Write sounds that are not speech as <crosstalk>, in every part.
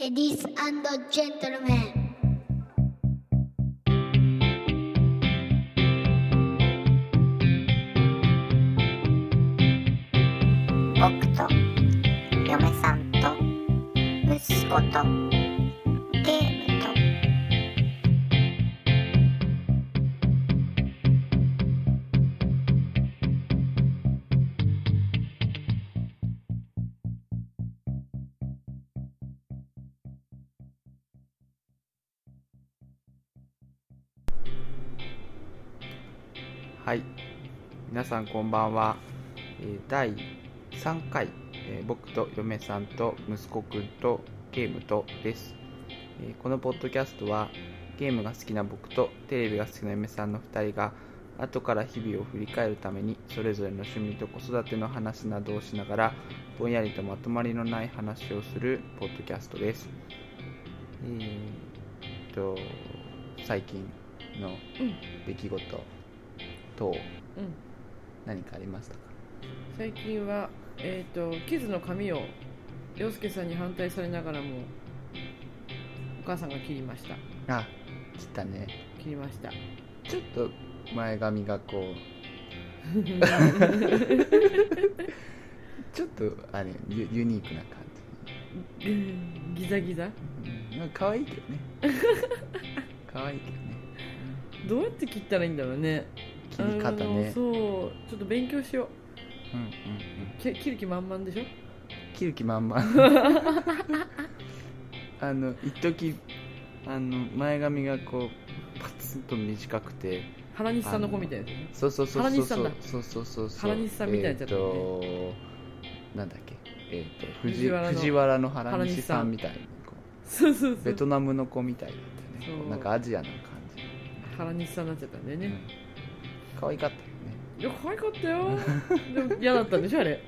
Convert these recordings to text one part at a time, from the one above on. Ladies and gentlemen. 僕と嫁さんと息子とゲームとはい皆さんこんばんは、えー第3回、えー僕と嫁さんと息子くんとゲームとです、えーこのポッドキャストはゲームが好きな僕とテレビが好きな嫁さんの2人が後から日々を振り返るためにそれぞれの趣味と子育ての話などをしながらぼんやりとまとまりのない話をするポッドキャストですえーっと最近の出来事と、うん、何かありましたか最近は、えー、とキズの髪を洋介さんに反対されながらもお母さんが切りましたあ切ったね切りましたちょっと前髪がこうちょっとあれユユニークな感ギザギザじ、うん、なんか可愛いけどね <laughs> 可愛いけどねどうやって切ったらいいんだろうね切り方あのねそうちょっと勉強しようんうんうんうき切る気満々でしょ切る気満 <laughs> 々あの一時あの前髪がこうパツンと短くて原西さんの子みたいなやそうそうそう原そう西さそんうだそうそうそうそう原西さんみたいになっちゃったねえーとなんだっけえっ、と藤藤原の藤原の原西さ原西さんんみたいなこつそうそううそベうトナムの子みたいだったそよねうこうなんかアジアな感原西さんになっちゃったんだよじ、ね、うん、可愛かったよねいや可愛かっ <laughs> たよでも嫌だったんでしょあれ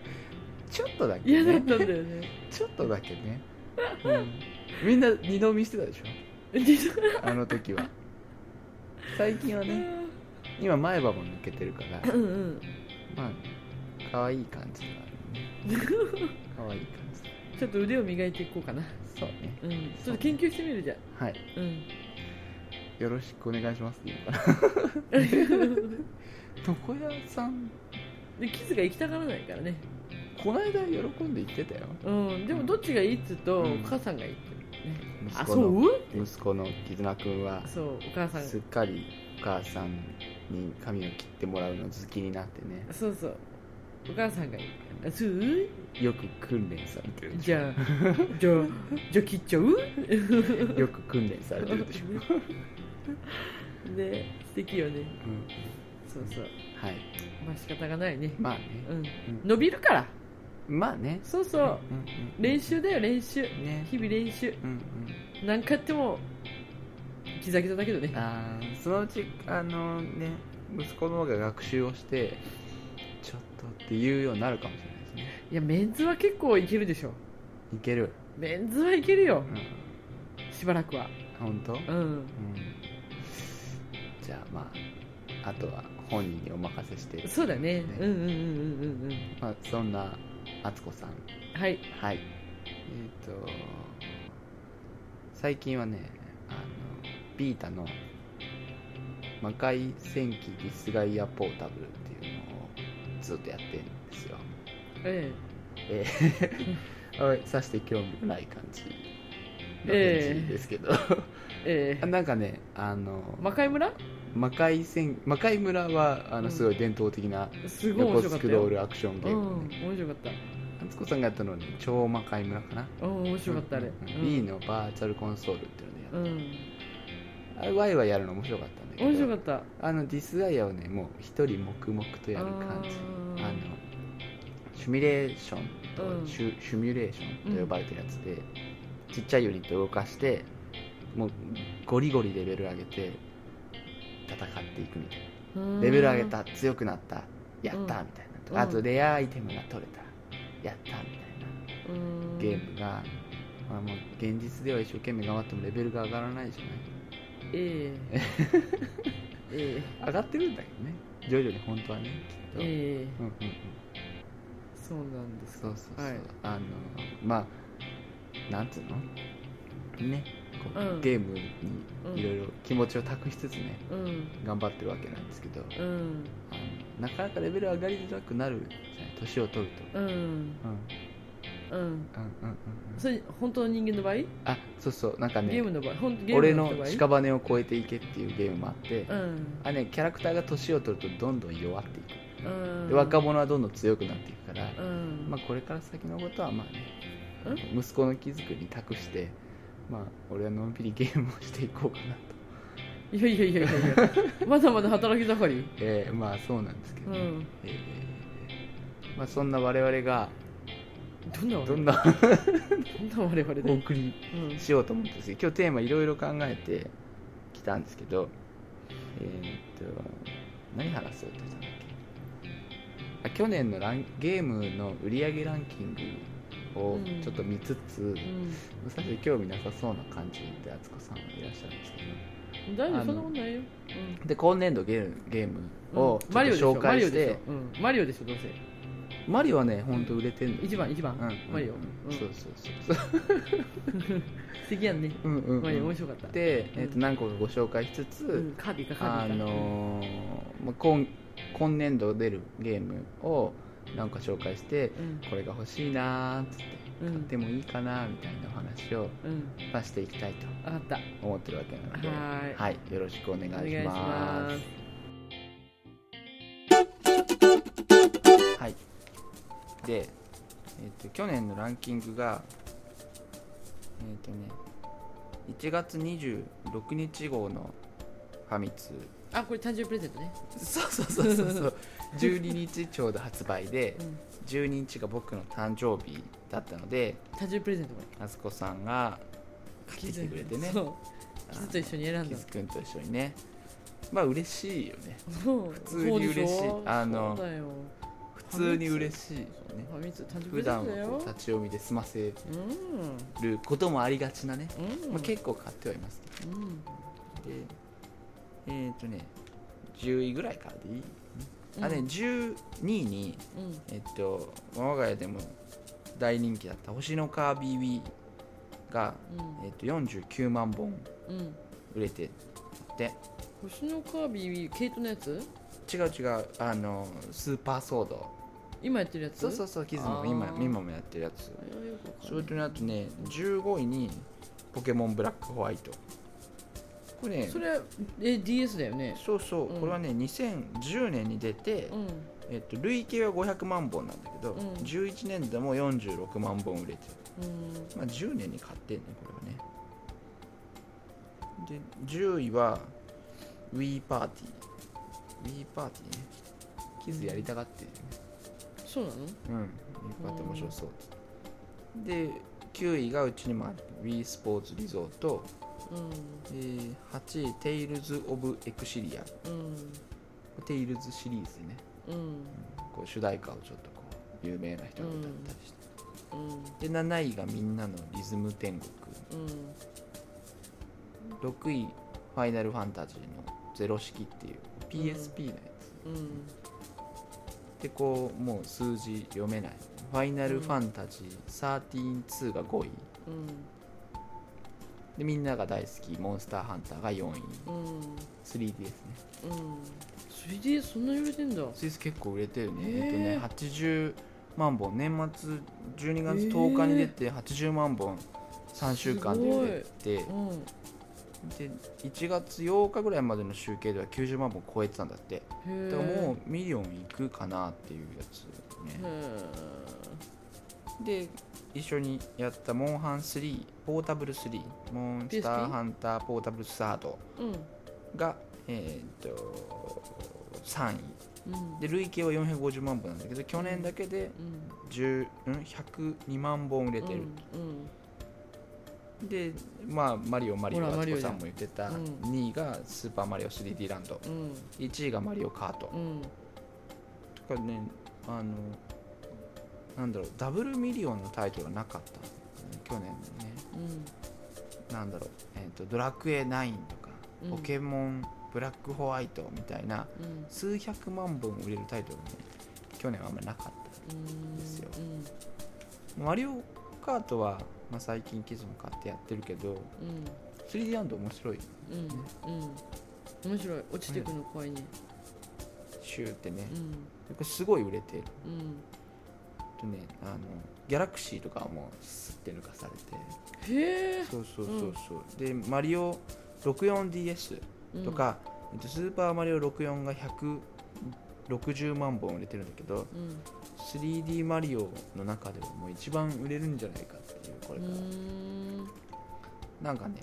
ちょっとだけ嫌だっねたんだよねちょっとだけね、うん、みんな二度見してたでしょあの時は最近はね今前歯も抜けてるからうんうんまあ可愛い感じがあるね可愛い感じだちょっと腕を磨いていこうかなそうねうんちょっと研究してみるじゃんはいうんよろしくお願いしますって言うから床屋さん <laughs> でキズが行きたがらないからねこの間喜んで言ってたようんでもどっちがいいっつうと、うんお母さんがいいって息あ子そのう息子の絆くんはそうお母さんがすっかりお母さんに髪を切ってもらうの好きになってねそうそうお母さんがいいあそうよく訓練されてるでしじゃあじゃあじゃあ切っちゃうょよく訓練されてるでしょ、うんで素敵 <laughs> よねそうそうはいまあ仕方がないねまあねうんん伸びるからまあねそうそううんうんうん練習だよ練習ね日々練習うん何回やってもギザギザだけどねうんあーそのうちあのね息子の方が学習をしてちょっとっていうようになるかもしれないですねいやメンズは結構いけるでしょいける、メンズはいけるようん、しばらくは本当、うんうんじゃあまああとは本人にお任せして、そうだねねうんうんうんうんうんうんまあ、そんな敦子さんはいはいえっ、と最近はねあのビータの魔界戦記ディスガイアポータブルっていうのをずっとやってるんですよええーはいさして興味ない感じのええ返事ですけど、 <laughs> えええなんかねあの魔界村魔界戦魔界村はあうのんすごい伝統的なすごい面横白かスったクローよルアクションゲうーんムね面白かった敦子さんがやったのはね超魔界村かなうん面白かったあれうんうん B のバーチャルコンソールっていうのでやっうんた、あれワイワイやるの面白かったんだけど面白かったあのディスガイアをねもう一人黙々とやる感じあーあのシミュレーションと、うんシュシミュレーションと呼ばれてるやつで、ちっちゃいユニットを動かしてもうゴリゴリレベル上げて戦っていくみたいなうんレベル上げた強くなったやったうんみたいなとうんかあとレアアイテムが取れたやったみたいなうんゲームが、まあ、もう現実では一生懸命頑張ってもレベルが上がらないじええ <laughs> えゃない上がってるんだけどね徐々に本当はねきっえと、えうんうえんうんそうなんですそうそうそう、はいあのまあなんつうのねこう、うんゲームうんにいろいろ気持ちを託しつつねうん頑張ってるわけなんですけどうんあのなかなかレベル上がりづらくなるじゃない年を取ると。うんうんうんうんうんうんそれ本当の人間の場合あそうそうなんかねゲームの場合本当ゲー俺ムのの人場合屍を越えていけっていうゲームもあって、うんあね、キャラクターが年を取るとどんどん弱っていく、うんで若者はどんどん強くなっていくから、うんまあ、これから先のことはまあね息子の気づくに託して、まあ、俺はのんびりゲームをしていこうかなと、いやいやいやいやいや <laughs> まだまだ働き盛りえーまあそうなんですけどうね、んえーまあ、そんな我々がどんな我ど々んなどんな我々おで送りうんしようと思ったんですけど今日テーマいろいろ考えてきたんですけどえーっと何話そうって言ったんだっけあ去年のランゲームの売り上げランキングをうんちょっと見つつ、さて興味なさそうな感じで敦子さんはいらっしゃるんですけどうん大丈あの夫そんなことないようんで今年度ゲームゲームをうんちょマっリとオでしょ紹マ介リオしでしょて、うん、マリオでしょどうせマリオはね本当売れてるんだ一番一番、うんマリオ、ううんん、そうそうそうそう素敵やんね、うんうんうんマリオ面白かったで、えーっうとん何個かご紹介しつつ、うん、カービィかカーあビィかのーまあ、今今年度出るゲームをなんか紹介してうんこれが欲しいなーっつってうん買ってもいいかなーみたいなお話をうんまあしていきたいと分かったは思ってるわけなのでーいはいよろしくお願いしお願いしまますすはいで、えっと去年のランキングがえっ、とね1月26日号のファミ通あこれ誕生日プレゼントね、そうそうそう <laughs> そうそう12日ちょうど発売でうん、 12日が僕の誕生日だったので誕生日プレゼントこあすこさんが買ってれきてくれてねそうキズと一緒に選あんキだズくんと一緒にねまあ嬉しいよねそう普通に嬉しいあのそうだよ普通に嬉しいよねファミツ誕生日プ普レゼン段トはだこうよ立ち読みで済ませうることもありがちなね、んうん、まあ、結構買ってはいますけうんどでえっ、とね10位ぐらいからでいい、うんあね12位にうんえっと我が家でも大人気だった星のカービィウィーが、うんえっと49万本うん売れてで星のカービィ毛糸のやつ違う違うあのスーパーソード今やってるやつそうそうそうキズも今あー今もやってるやつあれはよくわかんないそれとねあとね15位にポケモンブラックホワイトこれねそれはえ DS だよねそうそう、うんこれはね2010年に出て、うんえっと、累計は500万本なんだけど、うん11年でも46万本売れてる、うんまあ、10年に買ってんねこれはねで10位は Wii パーティー Wii パーティーねキズやりたがってるよねそうなのうん、引っ張って面白そうってで9位がうちにもある w e スポーツリゾート、うえー8位「テイルズ・オブ・エクシリア」んテイルズシリーズねうんうんこう主題歌をちょっとこう有名な人が歌ったりして、うんで7位が「みんなのリズム天国うん」 6位「ファイナルファンタジー」の「ゼロ式」っていう PSP のやつ、うんでこうもう数字読めない「ファイナルファンタジー132」が5位うんでみんなが大好き「モンスターハンター」が4位、うん 3DS ねうん 3D そんなに売れてんだスイス結構売れてるね、へーえっとね80万本年末12月10日に出て80万本3週間で売れてうんで1月8日ぐらいまでの集計では90万本超えてたんだってへでももうミリオンいくかなっていうやつうねへで一緒にやったモンハン3ポータブル3モンスター PSP ハンターポータブルサードうんがえーっと3位うんで累計は450万本なんだけど去年だけでうん10うん102万本売れてる、うんでまあマリオマリほオらあマつリオこじさゃんんも言ってた、うん2位がスーパーマリオ 3D ランドうん1位がマリオカート、うんとかねあのなんだろうダブルミリオンのタイトルがなかった去年ねうんなんだろう、えーと「ドラクエ9」とか「うんポケモンブラックホワイト」みたいなうん数百万本売れるタイトルね去年はあんまりなかったうんですようんマリオカートはまあ、最近キズも買ってやってるけどうん 3D ランド面白いうんうん面白い落ちてくの怖いねシューってねうんこれすごい売れてるうんとねあのギャラクシーとかはもうすって抜かされてへえそうそうそうそう、でマリオ 64DS とか、えっとスーパーマリオ64が160万本売れてるんだけどうん 3D マリオの中ではもう一番売れるんじゃないかっていうこれうから、んうなんかね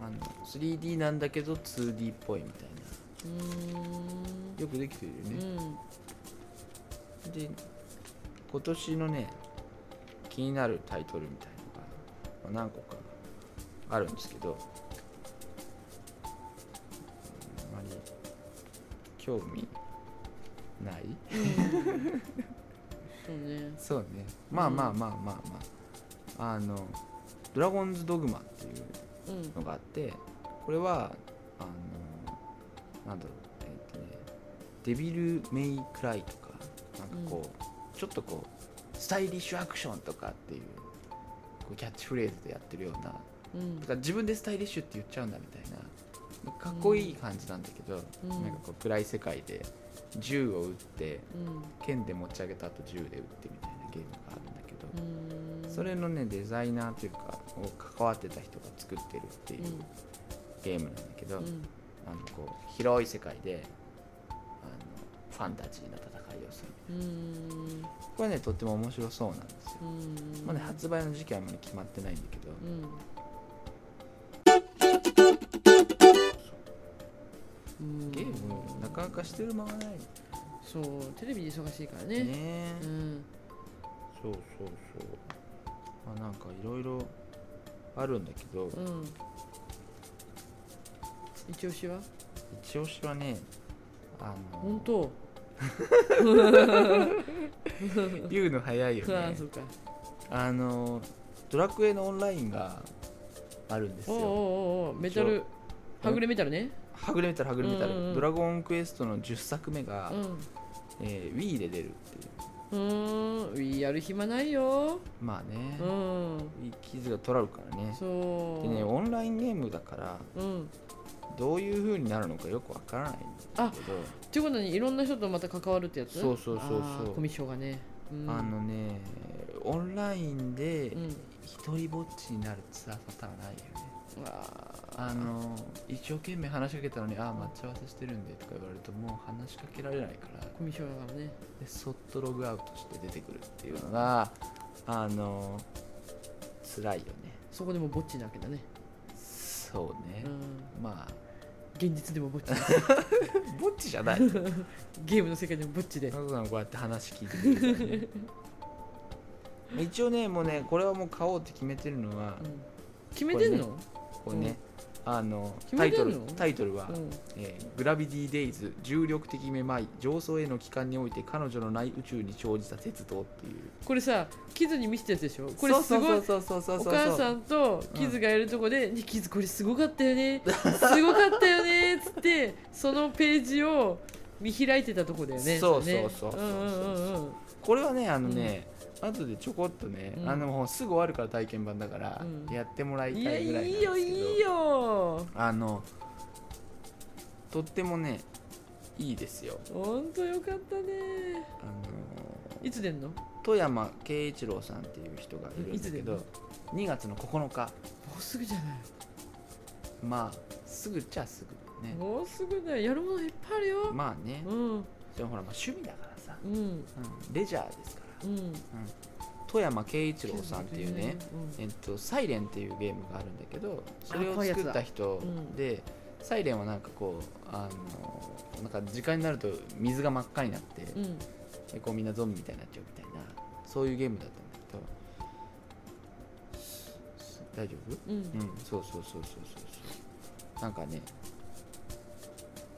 あの 3D なんだけど 2D っぽいみたいなーんよくできてるようね、んで今年のね気になるタイトルみたいなのがまあ何個かあるんですけどあんまり興味ないそうねそうねまあまあまあまあまあ、あの「ドラゴンズ・ドグマ」っていううんのがあってこれはあのなんだろうえっ、とね「デビル・メイ・クライ」とかなんかこう、ちょっとこうスタイリッシュアクションとかっていうこうキャッチフレーズでやってるようなだかうんら自分でスタイリッシュって言っちゃうんだみたいなかっこいい感じなんだけど、うんなんかこう暗い世界で銃を撃ってうん剣で持ち上げた後銃で撃ってみたいなゲームがあるんだけど、うんそれのねデザイナーというかを関わってた人が作ってるっていううんゲームなんだけど、うんあのこう広い世界であのファンタジーな戦いをするうんこれねとっても面白そうなんですよ、うんまあね、発売の時期はあんまり決まってないんだけど、うんゲームなかなかしてる間がないそうテレビで忙しいからねねうんそうそうそうまあなんかいろいろあるんだけど、うん一押しは一押しはねあ本の当言うの早いよああねそうかあのドラクエのオンラインがあるんですおうおうよおうおうメタルはぐれメタルねはぐれメタルはぐれメタル、うんうんドラゴンクエストの10作目が、うんえー Wii で出るっていううーんウィーやる暇ないよまあねう、ん Wii 傷が取られるからねそうでねオンラインゲームだからうんどういう風になるのかよくわからないんだけどってことにいろんな人とまた関わるってやつそうそうそうそうあーコミッションがねうんあのねオンラインでうん一人ぼっちになるつらさたらないよねあーあの一生懸命話しかけたのに「ああ待ち合わせしてるんで」とか言われるともう話しかけられないからコミッションだからねでそっとログアウトして出てくるっていうのがあの辛いよねそこでもぼっちなわけだねそうねう、んまあ現実でもぼ <laughs> っちぼっちじゃ <laughs> ないゲームの世界でもぼっちで加藤さんこうやって話聞いてくれるからね一応ねもうねこれはもう買おうって決めてるのは、うん決めてんの、こうね、あの決タめイトてんルのタイトルは、うんえーグラビティ・デイズ重力的めまい上層への帰還において彼女のない宇宙に生じた鉄道」っていうこれさキズに見せたやつでしょこれすごいそうそうそうそうおそうそう母さんとキズがやるとこで「ねキズこれすごかった <laughs> よねすごかったよね」っつってそのページを見開いてたとこだよねそうれねそうそうそううんうんうんうんこれはねあのね、後でちょこっとね、うんあのもうすぐ終わるから体験版だから、うんやってもらいいたやいぐらいなんいですいけどよいいよあのとってもねいいですよほんとよかったねあのいつ出んの富山慶一郎さんっていう人がいるんだけいどつ2月の9日もうすぐじゃないまあすぐっちゃすぐねもうすぐだよやるものいっぱいあるよ、まあねうんでもほらまあ趣味だからさ、うんうんレジャーですからうん富山慶一郎さんっていうね、うんえっと、サイレンっていうゲームがあるんだけどそれあを怖いや作つっだた人うんで、サイレンはなんかこうあのなんか時間になると水が真っ赤になって、うんでこうみんなゾンビみたいになっちゃうみたいなそういうゲームだったんだけどす大丈夫うんうんそうそうそうそうそうそうなんかね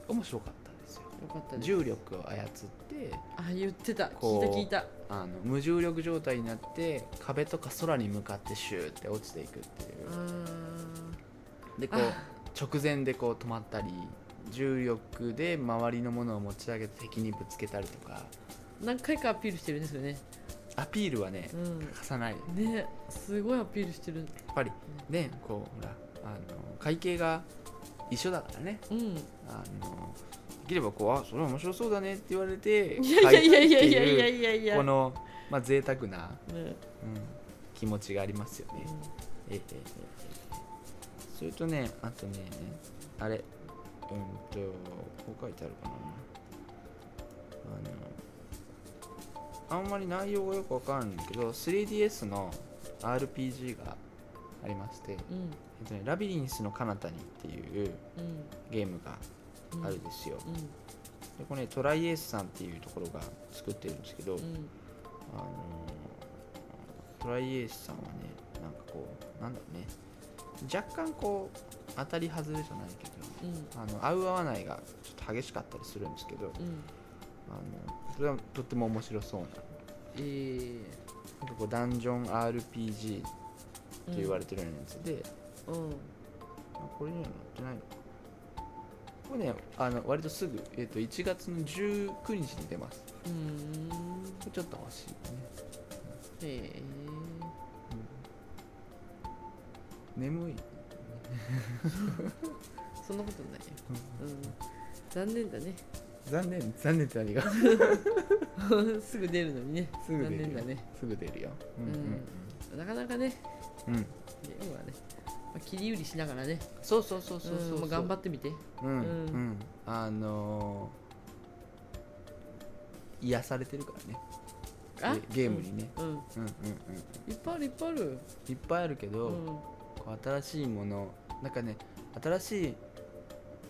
面白かったですよよかったね重力を操ってあ言ってた聞こいうた聞いたあの無重力状態になって壁とか空に向かってシューって落ちていくっていあうーでこう直前でこう止まったり重力で周りのものを持ち上げて敵にぶつけたりとか何回かアピールしてるんですよねアピールはねう、ん欠かさないやねすごいアピールしてるっぱりねこうほらあの会計が一緒だからねうんあのできればこうあそれ面白そうだねって言われていやいやいやいやいや入っていやいいやうこのまあ贅沢な、ねうん、気持ちがありますよね、ええええええそれとねあとねあれうんとこう書いてあるかなあのあんまり内容がよくわからんけど 3DS の RPG がありまして、えっうんとね、ラビリンスの彼方にっていううんゲームがうんあるんですよ、うんでこれねトライエースさんっていうところが作ってるんですけど、うあんのートライエースさんはねなんかこうなんだろうね若干こう当たり外れじゃないけどうんあの合う合わないがちょっと激しかったりするんですけどうんあのそれはとっても面白そうな,、えーなんかこうダンジョン RPG って言われてるようなやつで、うんあこれには載ってないのかこれねあの割とすぐ、えー、と1月の19日に出ますうんこれちょっと欲しいね、えうん眠いーそんなことないようん残念だね残念残念って <laughs> 何がすぐ出るのにねすぐ出るよ残念だねすぐ出るよ。うんなかなかねうんうん。要はね、まあ、切り売りしながらねそうそうそうそそうそう。頑張ってみてて。うんううんん。あのー癒されてるからね。ゲゲームにね。うん、ううんんうんいっぱいあるいっぱいあるうん。いっぱいあるけうど、んこう新しいもの、なんかね、新しい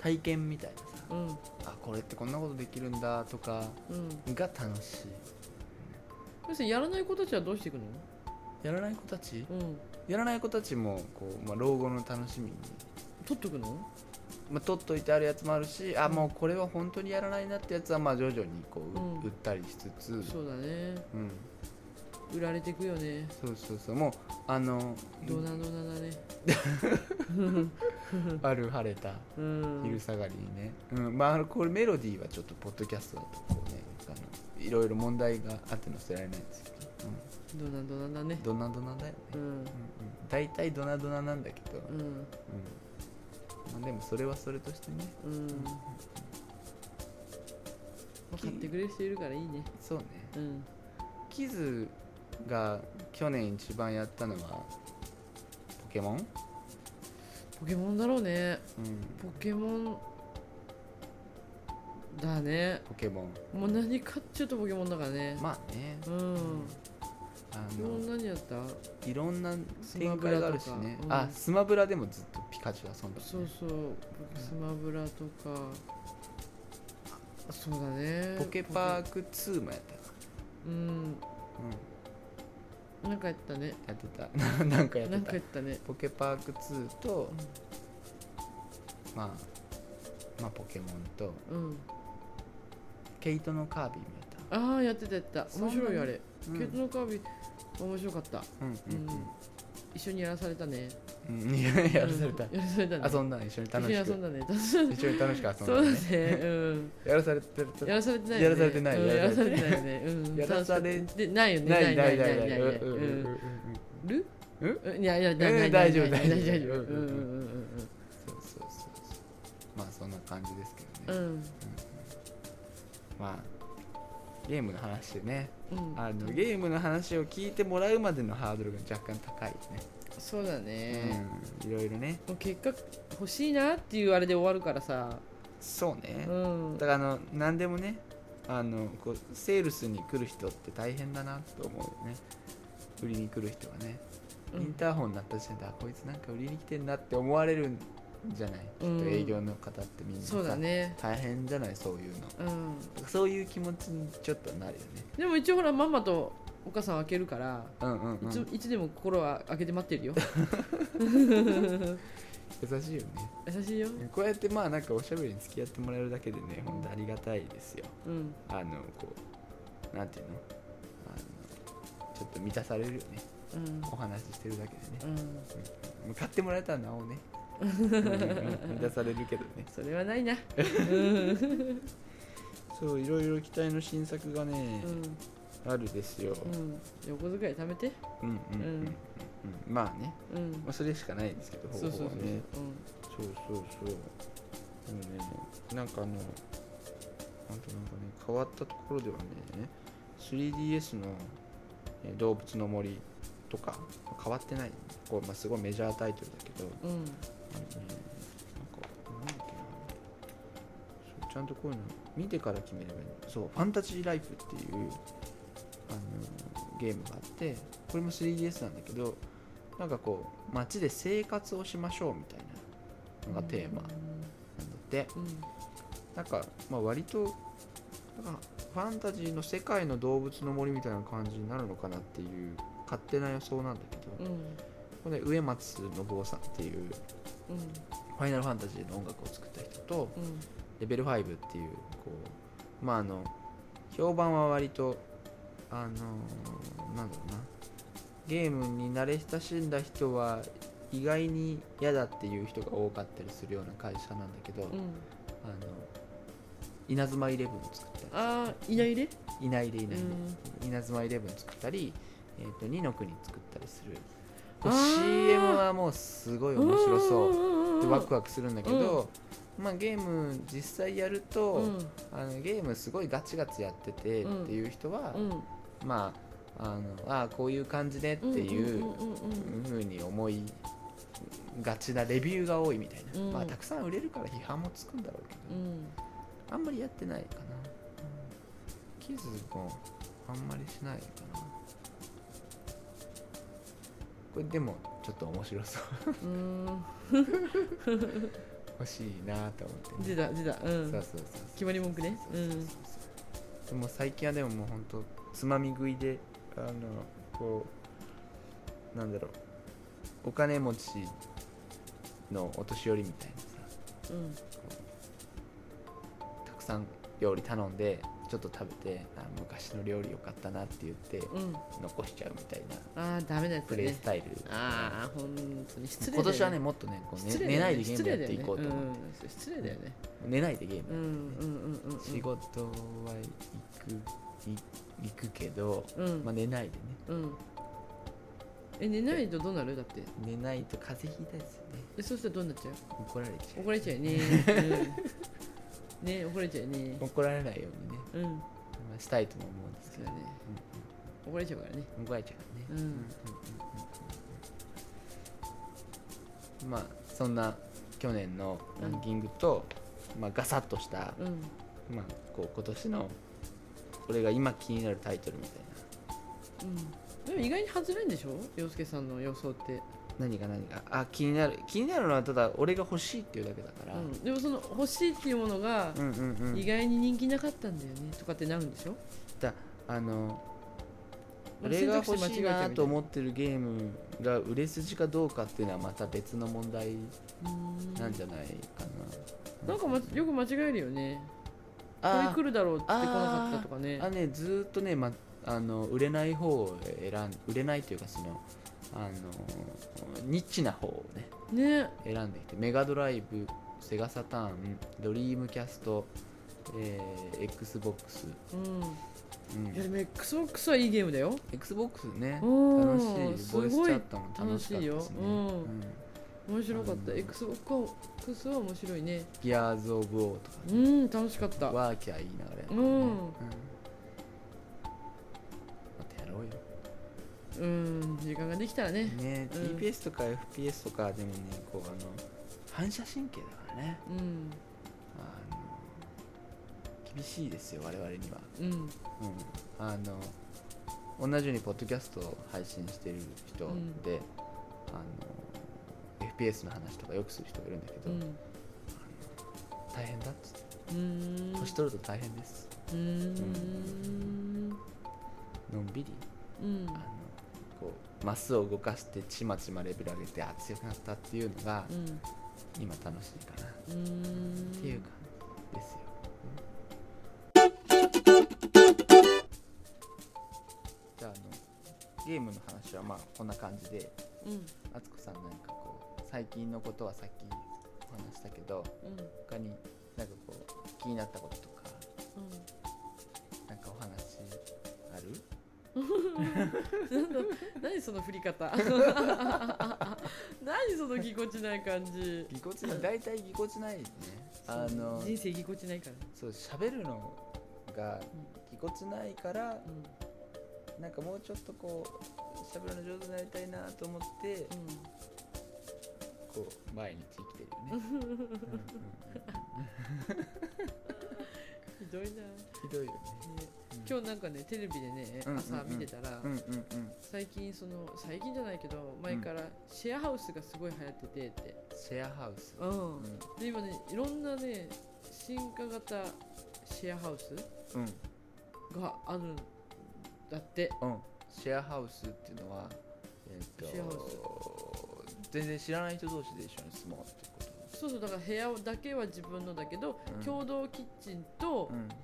体験みたいなさ、うんあこれってこんなことできるんだとかうんが楽し要するにやらない子たちはどうしていくのい。やらない子たち、うんやらない子たちもこう、まあ、老後の楽しみに取っとくのまあ、取っといてあるやつもあるしあもうこれは本当にやらないなってやつはまあ徐々にこう、うん売ったりしつつ、そうだねうん、売られていくよねそうそうそうもうあのドナドナだねある晴れたうん昼下がりにね、うんまあ、これメロディーはちょっとポッドキャストだとこうねあのいろいろ問題があって載せられないんですけど、ドナドナだねうん、ドナドナだよね、ううんんうん、大体ドナドナなんだけど、うんうんまあ、でもそれはそれとしてねうんまあ買ってくれる人いるからいいねそうねうんキズが去年一番やったのはポケモンポケモンだろうねうん、ポケモンだねポケモンもう何かっちゅうとポケモンだからね、まあねうんあポケモンの何やったいろんなスマ展ブ開ラとかがあるしね、うんあスマブラでもずっとピカチュウ遊んだ、ね、そうそう僕スマブラとかあそうだねポケパーク2もやったようんうんなんかやったねやってた <laughs> なんかやってなんかたやったねポケパーク2と、まあまあポケモンとうんケイトのカービィもやったああやってたやった面白いよあれ、そんなにケイトのカービィ面白かったうん一緒にやらされたねうんうん、うん、 <laughs> やらされた、うんやらされたね遊んだ一緒に楽一緒しに遊くんだね楽しい一緒に楽しく遊んだ、ね、そうだねうんやらされてるやらされてないよねやらされてないうんややららさされれててないよねうん <laughs> やらされないないなでないよねないいないないないうんうんうんうんうんるうんいやいやないないうん大丈夫ないない大丈夫大丈夫うんうんうんうそうそうそうそうまあそんな感じですけどんうんうね、んまあゲームの話でねうんあのゲームの話を聞いてもらうまでのハードルが若干高いそうだね、ねうん、いろいろねもう結果欲しいなっていうあれで終わるからさそうね、うんだからあの何でもねあのこうセールスに来る人って大変だなと思うよね売りに来る人はねうイんンターホン鳴った時点で、あこいつなんか売りに来てんなって思われるんじゃないきっうとん営業の方ってみんなさ、そうだね大変じゃないそういうのうんそういう気持ちにちょっとなるよねでも一応ほらママとお母さんは開けるからうんうん、ういつん、いつでも心は開けて待って <laughs> るよ優しいよ優しいよねこうやってまあなんかおしゃべりに付き合ってもらえるだけでね本当ありがたいですようんあのこうなんていうのあのちょっと満たされるよねうんお話ししてるだけでねうんうん買ってもらえたらなおねうんうん満たされるけどねそれはないなそういろいろ期待の新作がねうんあるですよ、うん横遣い貯めてうん、うんうんうんうんまあね、うんまあ、それしかないんですけど方そうそう法そはうそう、ねそうそうそうでもねなんかあのあとなんかね変わったところではね 3DS のえー動物の森とか変わってないこう、まあ、すごいメジャータイトルだけどうんうんあのねなんかなんだっけなそうちゃんとこういうの見てから決めればいいのそう「ファンタジーライフ」っていうあのゲームがあってこれも 3DS なんだけどなんかこう街で生活をしましょうみたいなのがテーマなんだってうんなんか、まあ、割となんかファンタジーの世界の動物の森みたいな感じになるのかなっていう勝手な予想なんだけど、うんこれ植松信夫さんっていううんファイナルファンタジーの音楽を作った人とうんレベル5っていうこうまああの評判は割とあのーなんだろうなゲームに慣れ親しんだ人は意外に嫌だっていう人が多かったりするような会社なんだけど、うんあの稲妻イレブンを作ったああいないでりいないでいうないで、ん稲妻イレブン作ったり、えー、と二の国作ったりするあー CM はもうすごい面白そううでワクワワクするんだけど、まあ、ゲーム実際やると、あのゲームすごいガチガチやっててってうんいう人は、うんうんまああのああこういう感じねっていううんうんうんうんふうに思いがちなレビューが多いみたいな、うんまあ、たくさん売れるから批判もつくんだろうけど、うんあんまりやってないかな、キズもあんまりしないかなこれでもちょっと面白そううん欲しいなと思って、出た出たうそうそうんそうそう決まり文句ねうんでも最近はでももうほんとつまみ食いであのこうなんだろうお金持ちのお年寄りみたいなさうんたくさん料理頼んでちょっと食べてあ昔の料理良かったなって言ってうん残しちゃうみたいなああダメなやつプレイねスタイル、ああ本当に失礼だよ今年はねもっとねこうね失礼だよね寝ないでゲームやっていこうと思って、失礼だよね寝ないでゲーうム、んうんうんうんうん仕事は行くい行くけど、うんまあ、寝ないでねうんえ寝ないとどうなるだって寝ないと風邪ひいたりするねえそうしたらどうなっちゃう怒られちゃ怒られちゃうよね、うん、ね怒られちゃうよねう怒られないようにね、うんまあ、したいとも思うんですそけうどだねね怒られちゃうからね怒られちゃうね、うんうんまあそんな去年のランキングと、まあ、ガサッとした、うんまあ、こう今年の俺が今気になるタイトルみたいうんでも意外に外れんでしょ洋介さんの予想って、な何が何があ気になる気になるのはただ俺が欲しいっていうだけだから、うん、でもその欲しいっていうものがうんうんうん意外に人気なかったんだよねとかってなるんでしょだあの俺俺が選欲択肢しい間違えたみたいななと思ってるゲームが売れ筋かどうかっていうのはまた別の問題うんなんじゃないかな。なんか、ま、よく間違えるよねこれあ来るだろうって来なかったとかーねあねずーっとね、ま、あの売れない方を選ん売れないというかそのあのニッチな方をねね選んできてメガドライブセガサターンドリームキャスト、えー XBOX、うんうんいやでも XBOX はいいゲームだよ XBOX ねお楽ーしいすボごいイスチャットも楽しかった楽しいよですね、うんうん面白かったうん XBOX は面白いねギアーズ・オブ・オーとか、うん楽しかったワーキャー言いながらやったね、うんまたやろうようん時間ができたらねね、うん TPS とか FPS とかでもねこうあの反射神経だからねうんあの厳しいですよ我々には、うんうん、あの同じようにポッドキャストを配信してる人で、あの FPS の話とかよくする人がいるんだけうど、ん大変だっつってうーん年取ると大変です、うーんのんびりうんあのこうマスを動かしてちまちまレベル上げてあ強くなったっていうのが、うん今楽しいかなうーっんていう感じですよ、じゃああのゲームの話はまあこんな感じでうんあつこさんなんかこう最近のことはさっきお話したけどうん他になんかこう気になったこととかなんかお話あたる何その振り方何そのぎこちない感じぎこちない大体ぎこちないねあの人生ぎこちないから、そう喋るのがぎこちないからうんなんかもうちょっとこう喋るの上手になりたいなと思って、こう毎日生きてるよ <laughs> ねうんうんうんひどいな、ねひどいよね今日なんかねテレビでねうんうんうん朝見てたら、うんうんうん最近その最近じゃないけど前からシェアハウスがすごい流行っててって、シェアハウスうんうんで今ねいろんなね進化型シェアハウスうんがあるんだってうんシェアハウスっていうのはえーシェアハと全然知らない人同士で一緒に住もうってことそうそうだから部屋だけは自分のだけど、うん共同キッチンと、うんだ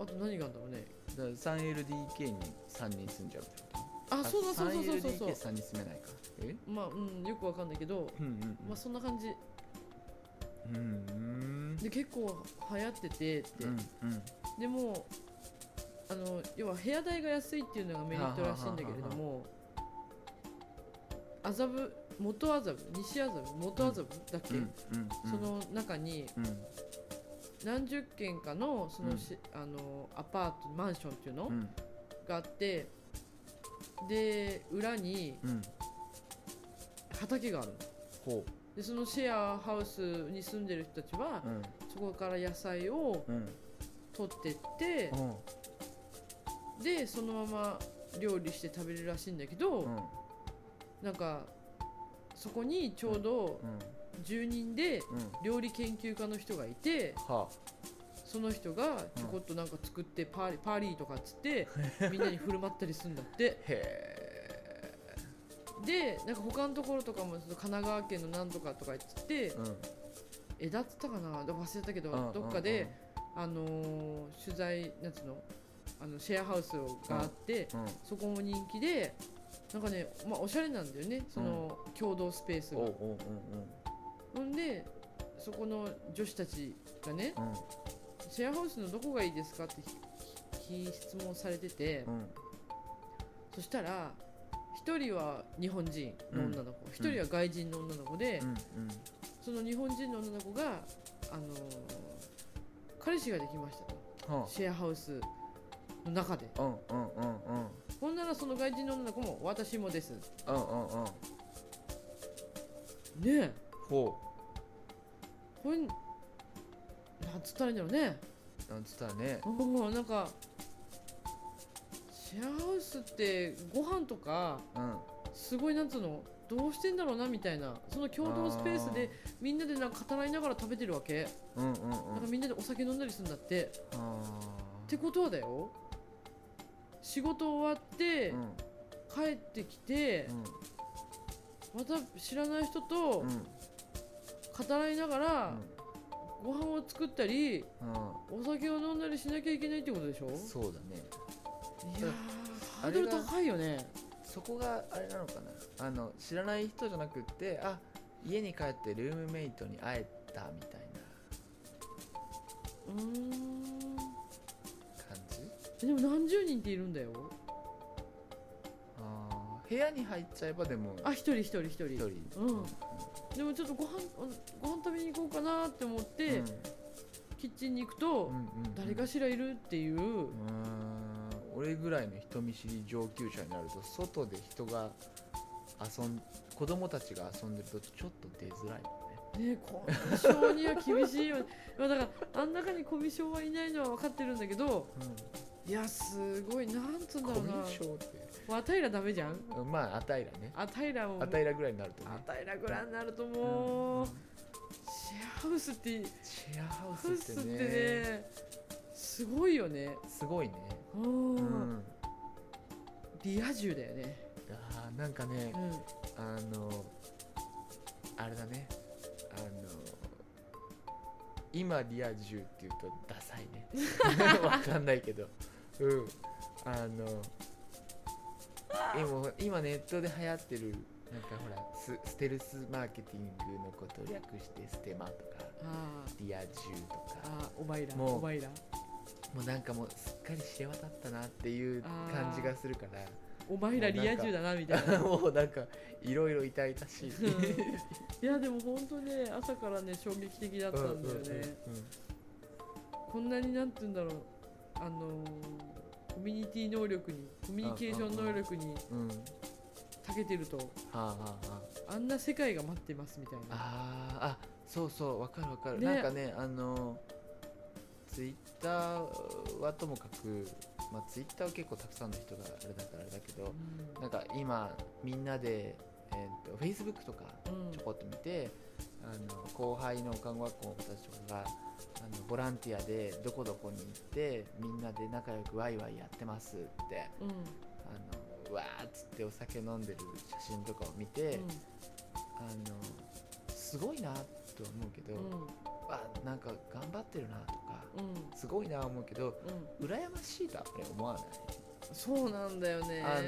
あと何があるんだろうねから 3LDK に3人住んじゃうってことあそうだそうそうそうそうそ 3LDK3 人住めないかえうまあうんよくわかんないけど、うんうんまあそんな感じうんうんで結構流行っててって、うんうんでもあの要は部屋代が安いっていうのがメリットらしいんだけれども麻布元麻布西麻布元麻布だっけ、うんうんその中にうん何十軒かのそのし、あのアパートマンションっていうの、うんがあってで裏にうん畑があるのほでそのシェアハウスに住んでる人たちはう、うんそこから野菜をうん取ってって、でそのまま料理して食べるらしいんだけど、うんなんかそこにちょうどうん住人でうん料理研究家の人がいてはその人がちょこっとなんか作ってパーリパーリーとかっつってみんなに振る舞ったりするんだってあへでなんか他のところとかもその神奈川県のなんとかとかっつってえうん枝っつったかなでも忘れたけど、うんどっかで、あのー取材なんつうのあのシェアハウスがあって、うんうんそこも人気でなんかね、まあ、おしゃれなんだよねその共同スペースおがう。おうおほんでそこの女子たちがねうシェアハウスのどこがいいですかってひひひ質問されてて、うんうんそしたら1人は日本人の女の子1人は外人の女の子で、うんその日本人の女の子が、あのー彼氏ができましたと。うんはシェアハウスの中であうんうんうんうんほんならその外人の女の子も「私もですうんうんうん」ねえほこれなんつったらいいんだろうねうなんつったらねあーなんかシェアハウスってご飯とかうんすごいなんつうのどうしてんだろうなみたいなその共同スペースでみんなでなんか語らいながら食べてるわけうんうんなんうかんみんなでお酒飲んだりするんだってあってことはだよ仕事終わってーうん帰ってきてうんまた知らない人とうん語らいながうらんご飯を作ったりうお酒を飲んだりしなきゃいけないってことでしょいんそうだねやーハードル高いよねそこがあれなのかなあの知らない人じゃなくってあ家に帰ってルームメイトに会えたみたいなうーん感じえでも何十人っているんだよあー部屋に入っちゃえばでもあ一人一人一一人人うんでもちょっとご飯あご飯食べに行こうかなって思って、キッチンに行くうと、んうんうん誰かしらいるっていう、うーん俺ぐらいの人見知り上級者になると外で人が遊ん子供たちが遊んでるとちょっと出づらいよねねコミュ障には厳しいよね <laughs> まあだからあん中にコミュ障はいないのは分かってるんだけどいやすごいなんつうんコだろうミなュ障ってまああたいらダメじゃんまああたいらねあたいらもあたいらぐらいになるとあねたいらぐらいになるとうもう、んシェアハウスってシェアハウハスウスっっててねねすごいよねすごいねうん、うんリア充だよね、あーなんかねうん、あのあれだねあの今リア充っていうとダサいね <laughs> わかんないけどうんあのでも今ネットで流行ってるなんかほらスステルスマーケティングのこと略してステマとかあーリア充とかあーお前らもうお前らもうなんかもうすっかり知れ渡ったなっていう感じがするかお前らリア充だなみたいなら <laughs> もうなんかいろいろ痛々しい。いやでも本当ね朝からね衝撃的だったんだよね、うんうんうんこんなになんて言うんだろうあのーコミュニティ能力にコミュニケーション能力にうん、は長けてるとあはあはあんな世界が待ってますみたいなああーあそうそうわかるわかる、ねなんかねあのツイッターはともかく、まあ、ツイッターは結構たくさんの人があれだからあれだけどなんか今みんなで、えー、と Facebook とかうんちょこっと見て、あの後輩の看護学校の子たちとかがあのボランティアでどこどこに行ってみんなで仲良くワイワイやってますってうんうあんのうわーっつってお酒飲んでる写真とかを見て、あのすごいなとは思うけど、うんあなんか頑張ってるなとかうんすごいなは思うけどうん羨ましいとは俺思わないそうなんだよねあ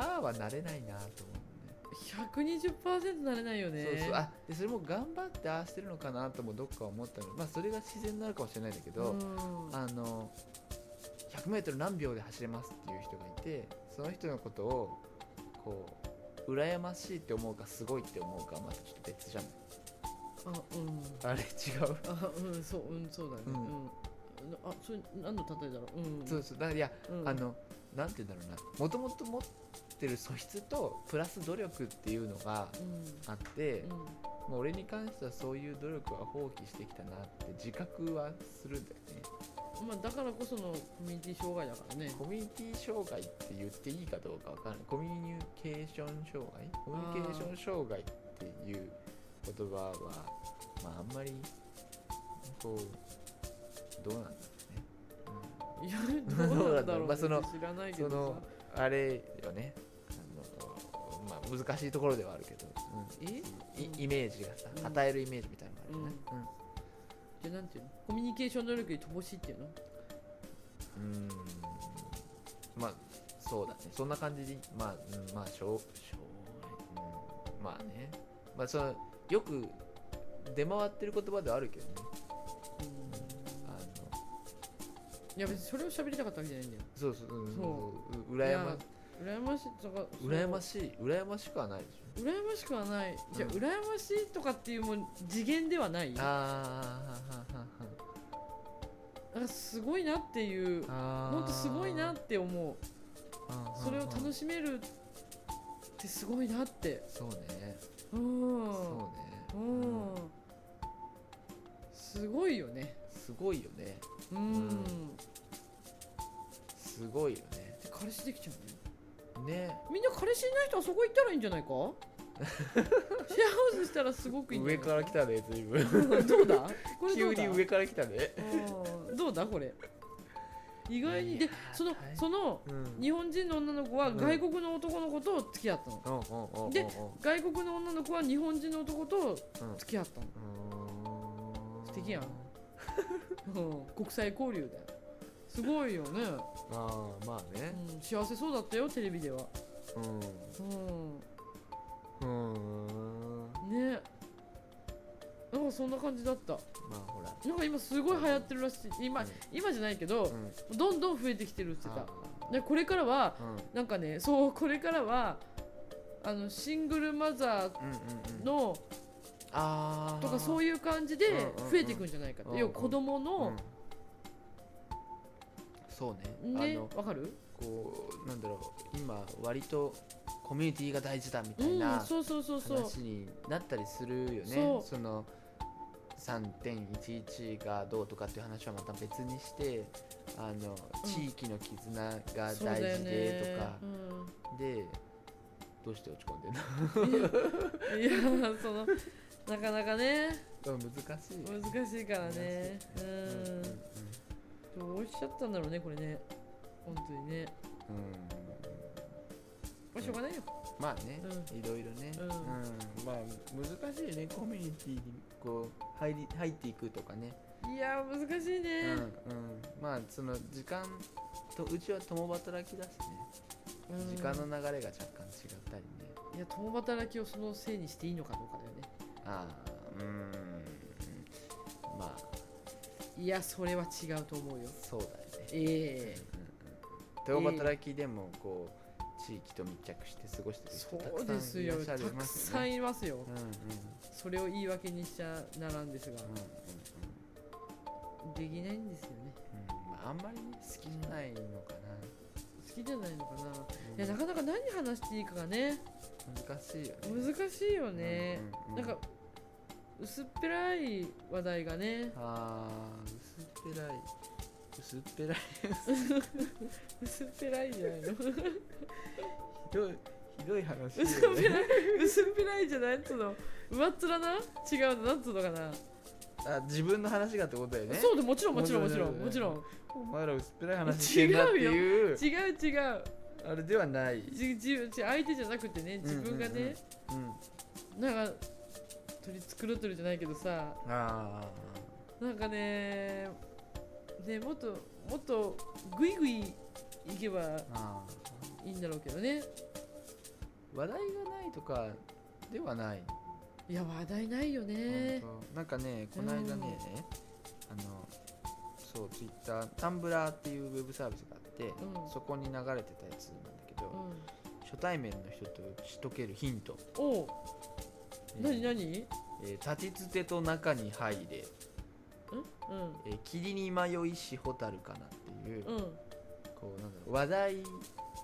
のああはなれないなと思120%なれないようねねそうそうあでそれも頑張ってああしてるのかなともどっか思ったのまあそれが自然なのかもしれないんだけど、うんあの 100m 何秒で走れますっていう人がいてその人のことをこう羨ましいって思うかすごいって思うかはまたちょっと別じゃないあうんあれ違うあうんそううんそうだねう、うんんあそれ何の例えだろううんそうそうだからいやうんあのなんて言うんだろうなもともと持ってる素質とプラス努力っていうのがうんあって、うもんう俺に関してはそういう努力は放棄してきたなって自覚はするんだよねまあ、だからこそのコミュニティ障害だからねコミュニティ障害って言っていいかどうかわからないコミュニケーション障害コミュニケーション障害っていう言葉はまああんまりこうどうなんだろうね、うんいやどうなんだろう、ねまあその知らないけそどさのあれよねあの、まあ、難しいところではあるけど、えうんいイメージがさ、うん与えるイメージみたいなのがあるよね、じゃあなんていうのコミュニケーション能力に乏しいっていうのうんうーんまあそうだねそんな感じでまあ、うん、まあしょうしょううん、まあねまあそのよく出回ってる言葉ではあるけどねうんあのいや別にそれを喋りたかったわけじゃないんだよそうそう,、うん、そそうう羨まいや羨ましいとか羨まいしい羨ましくはないでし羨ましくはないじゃうあ、ん羨ましいとかっていうもん次元ではないょなあんーははははかすごいなっていうあほんとすごいなっーて思うそれをうんうんう楽んしめるってすごいなってそうねうんそうねうんすごいよねすごいよねうん、うんすごいよねで彼氏できちゃうねねみんな彼氏いない人はそこ行ったらいいんじゃない <laughs> かシェアハウスしたらすごくいいんじゃ上なからい来たね随 <laughs> 分どうだこれど急うだに上から来たねうんどうだこれ意外にいやでその大変そのうん日本人の女の子はうん外国の男の子と付き合ったの、うんうんうんうんでう外国の女の子は日本人の男とん付き合ったのうん素敵やんうん国際交流だよすごいよね、ああまあねうん、幸せそうだったよテレビではうんうんうんねなんかそんな感じだったまあほらなんか今すごい流行ってるらしい今,、うん今じゃないけどう、んどんどん増えてきてるって言ってたでこれからはうんなんかねそうこれからはあのシングルマザーうんうんうんのああとかそういいう感じでうんうんうん増えていくんじゃないかって要は子供の、そうねねあのわかるこうなんだろう今割とコミュニティが大事だみたういんなそうそうそうそう話になったりするよね、そうその3.11がどうとかっていう話はまた別にしてあのうん地域の絆がそうだ大よ事ねでとか、うんでどうして落ち込んでんの <laughs> いやそのなかなかね難しいよね難しいからね難しいよねうんどうしちゃったんだろうねこれね本当にねうんうんうんまあしょうがないよまあね、ういろいろね、うんまあ難しいよねコミュニティにこう入り入っていくとかね、いやー難しいね、うんうん、まあその時間とうちは共働きだしねうん時間の流れが若干違ったりねいや共働きをそのせいにしていいのかどうかだよねああうーんまあいやそれは違うと思うよそうだよねええ共働きでもこう地域と密着して過ごしてる人たそうくでさすんいらよっしたゃいくますよさんね。いますよ、うんうんうんそれを言い訳にしちゃならんですが、うんうんできないんですよねうんまああんまりね好きじゃないのかな。好きじゃないのかな、うんいやなかなか何話していいかがね難しいよね。難しいよね、うんうんうなんか薄っぺらい話題がねあー薄っぺらい薄っぺらい薄っぺらいじゃないのひどいひどい話薄よっぺねらい薄っぺらいじゃないつうの上っ面な違うのなんつうのかな、あ自分の話がってことだよねそうでもちろんもちろんもちろんももちちろろんんお前ら薄っぺらい話してんなっていう違う違うあれではないじじじ相手じゃなくてね自分がうんうんね、うんなんか取り繕ってるじゃないけどさあなんかねねもっともっとグイグイいけばーあいいんだろうけどねー話題がないとかではない、いや話題ないよねほんとなんかねこの間ね、あのそうツイッタータンブラーっていうウェブサービスがあって、うんそこに流れてたやつなんだけど、うん初対面の人としとけるヒントおう何何えー立ちつてと中に入れ、うんえー霧に迷いし蛍かなっていう、うんこうなんだろう話題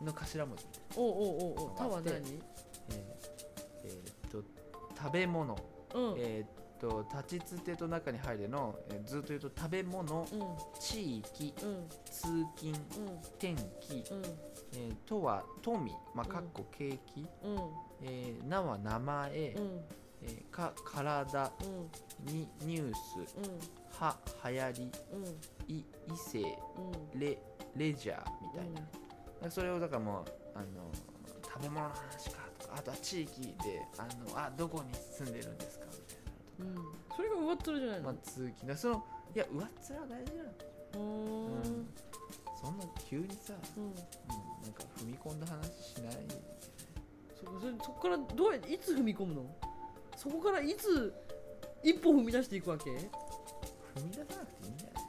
の頭文字みおうおうおうおうタワー何たいな、えーえーっと食べ物、うんうんえーっと立ちつてと中に入れの、えーずっと言うと食べ物地域うん通勤う天気、んえーとは富、まあ、んかっこ景気、うんえーなは名前、うんうんえーか体うんにニュースは流行うんうんりい異性レレジャーみたいな、それをだからもうあの食べ物の話かとかあとは地域であのあどこに住んでるんですかみたいなとかうんそれが上っ面じゃないまあの通勤だそのいや上っ面は大事なの、うーんうんそんな急にさ、うんうん、なんか踏み込んだ話しないそそれそこからどうやいつ踏み込むのそこからいつ一歩踏み出していくわけ踏み出さなくていいんじゃない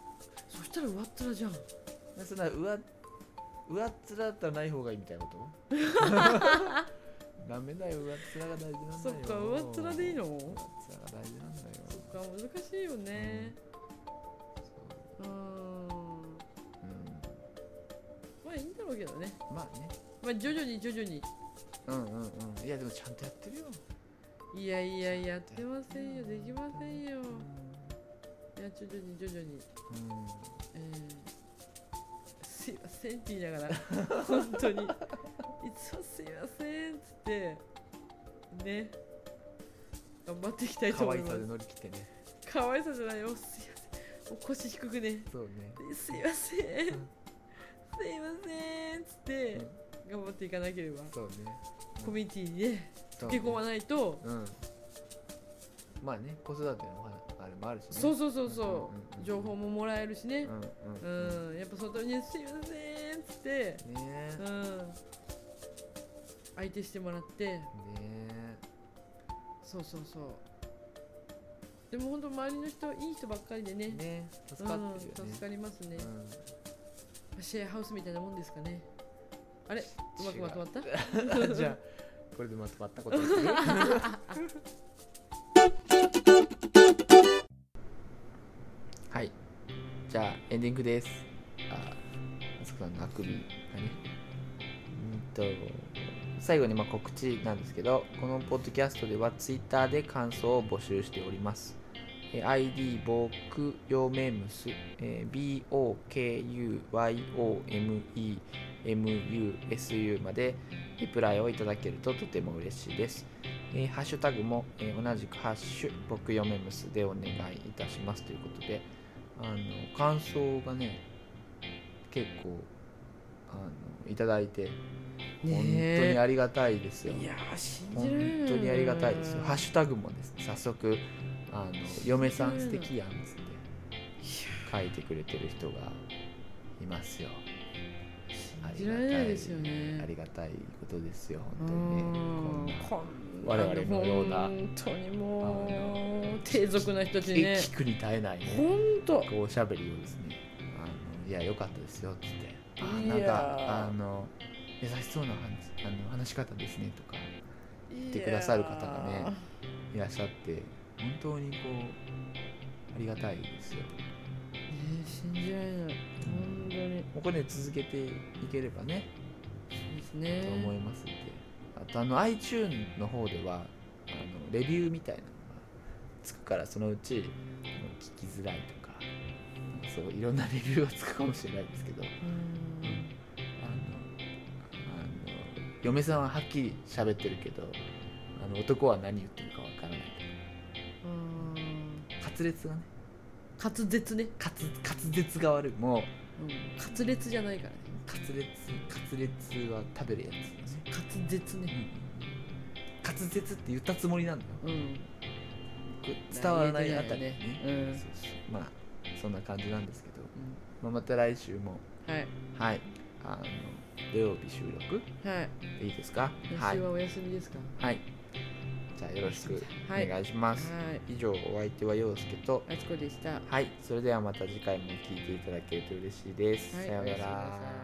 そしたら上っ面じゃんでそんな上上っ面だったらない方がいいみたいなことダメだよ上っ面が大事なんだよそっか上っ面でいいの上っ面が大事なんだよそっか難しいよねそううーんうまあいいんだろうけどねん、まあねまあ徐々に徐々にうんうんうんいやでもちゃんとやってるよ、いやいややってませんよできませんよういや徐々に徐々んにえー、すいませんって言いながら本当にいつもすいませんっつってね頑張っていきたいと可思愛いまさすで乗り切ってね可愛さじゃないよすいませんお腰低くねそうねすいませんすいうんませんっつってうん頑張っていかなければそうねコミュニティにねそう溶ねけ込まないとうんまあね子育てのあれもあるしねそうそそうそうそうんうんうんうんう情報ももらえるしねんううんうんんやっぱそのためにすいませんっつってねうえん相手してもらってねそうそうそうでも本当周りの人いい人ばっかりでねえねえ助かってるようん、助ねかりますねう、んシェアハウスみたいなもんですかねあれうまくまとまったあ <laughs> じゃあこれでまとまったことにする <laughs> はいじゃあエンディングですああそこのあくびがねうんと最後にまあ告知なんですけどこのポッドキャストではツイッターで感想を募集しておりますえー ID 僕よめむす、えー BOKUYOMEMUSU までリプライをいただけるととても嬉しいです。えーハッシュタグも、えー同じくハッシュ僕よめむすでお願いいたしますということで、あの感想がね、結構あのいただいて、本当にねありがたいですよえ。いやー信本じられない当にありがたいですよ。ハッいシュタグもですね、早速、あの嫁さん素敵やんっつって書いてくれてる人がいますよ。や信じられないですよねありがたいことですよ、う本当にね。こんんなこんな我々のような本当にもう低俗な人たちね聞くに耐えないほねんとこうおしゃべりをですねあのいや良かったですよっつってあーいやなんーかあの優しそうな話あの話し方ですねとか言ってくださる方がねいらっしゃって本当にこうありがたいですよ信じられない本当にここで続けていければねそうですとね思いますってあとあの iTune の方ではあのレビューみたいなのがつくからそのうちあの聞きづらいとかなんかそういろんなレビューがつくかもしれないですけどうんあのあの嫁さんははっきり喋ってるけどあの男は何言ってるかわからないうん滑舌がね滑舌ね、滑滑舌が悪いもううん、滑裂じゃないからね滑舌滑舌は食べるやつですね、滑舌ね滑舌って言ったつもりなんだようん伝わらないあたりねうそうんそうまあそんな感じなんですけど、まあ、また来週もはいはいあの土曜日収録はいでいいですかは来い週はお休みですかはいじゃあよろしくはいお願いしまはす、い以上お相手は陽介とあつこでしたはいそれではまた次回も聞いていただけると嬉しいです、はいさようおなやすみならさい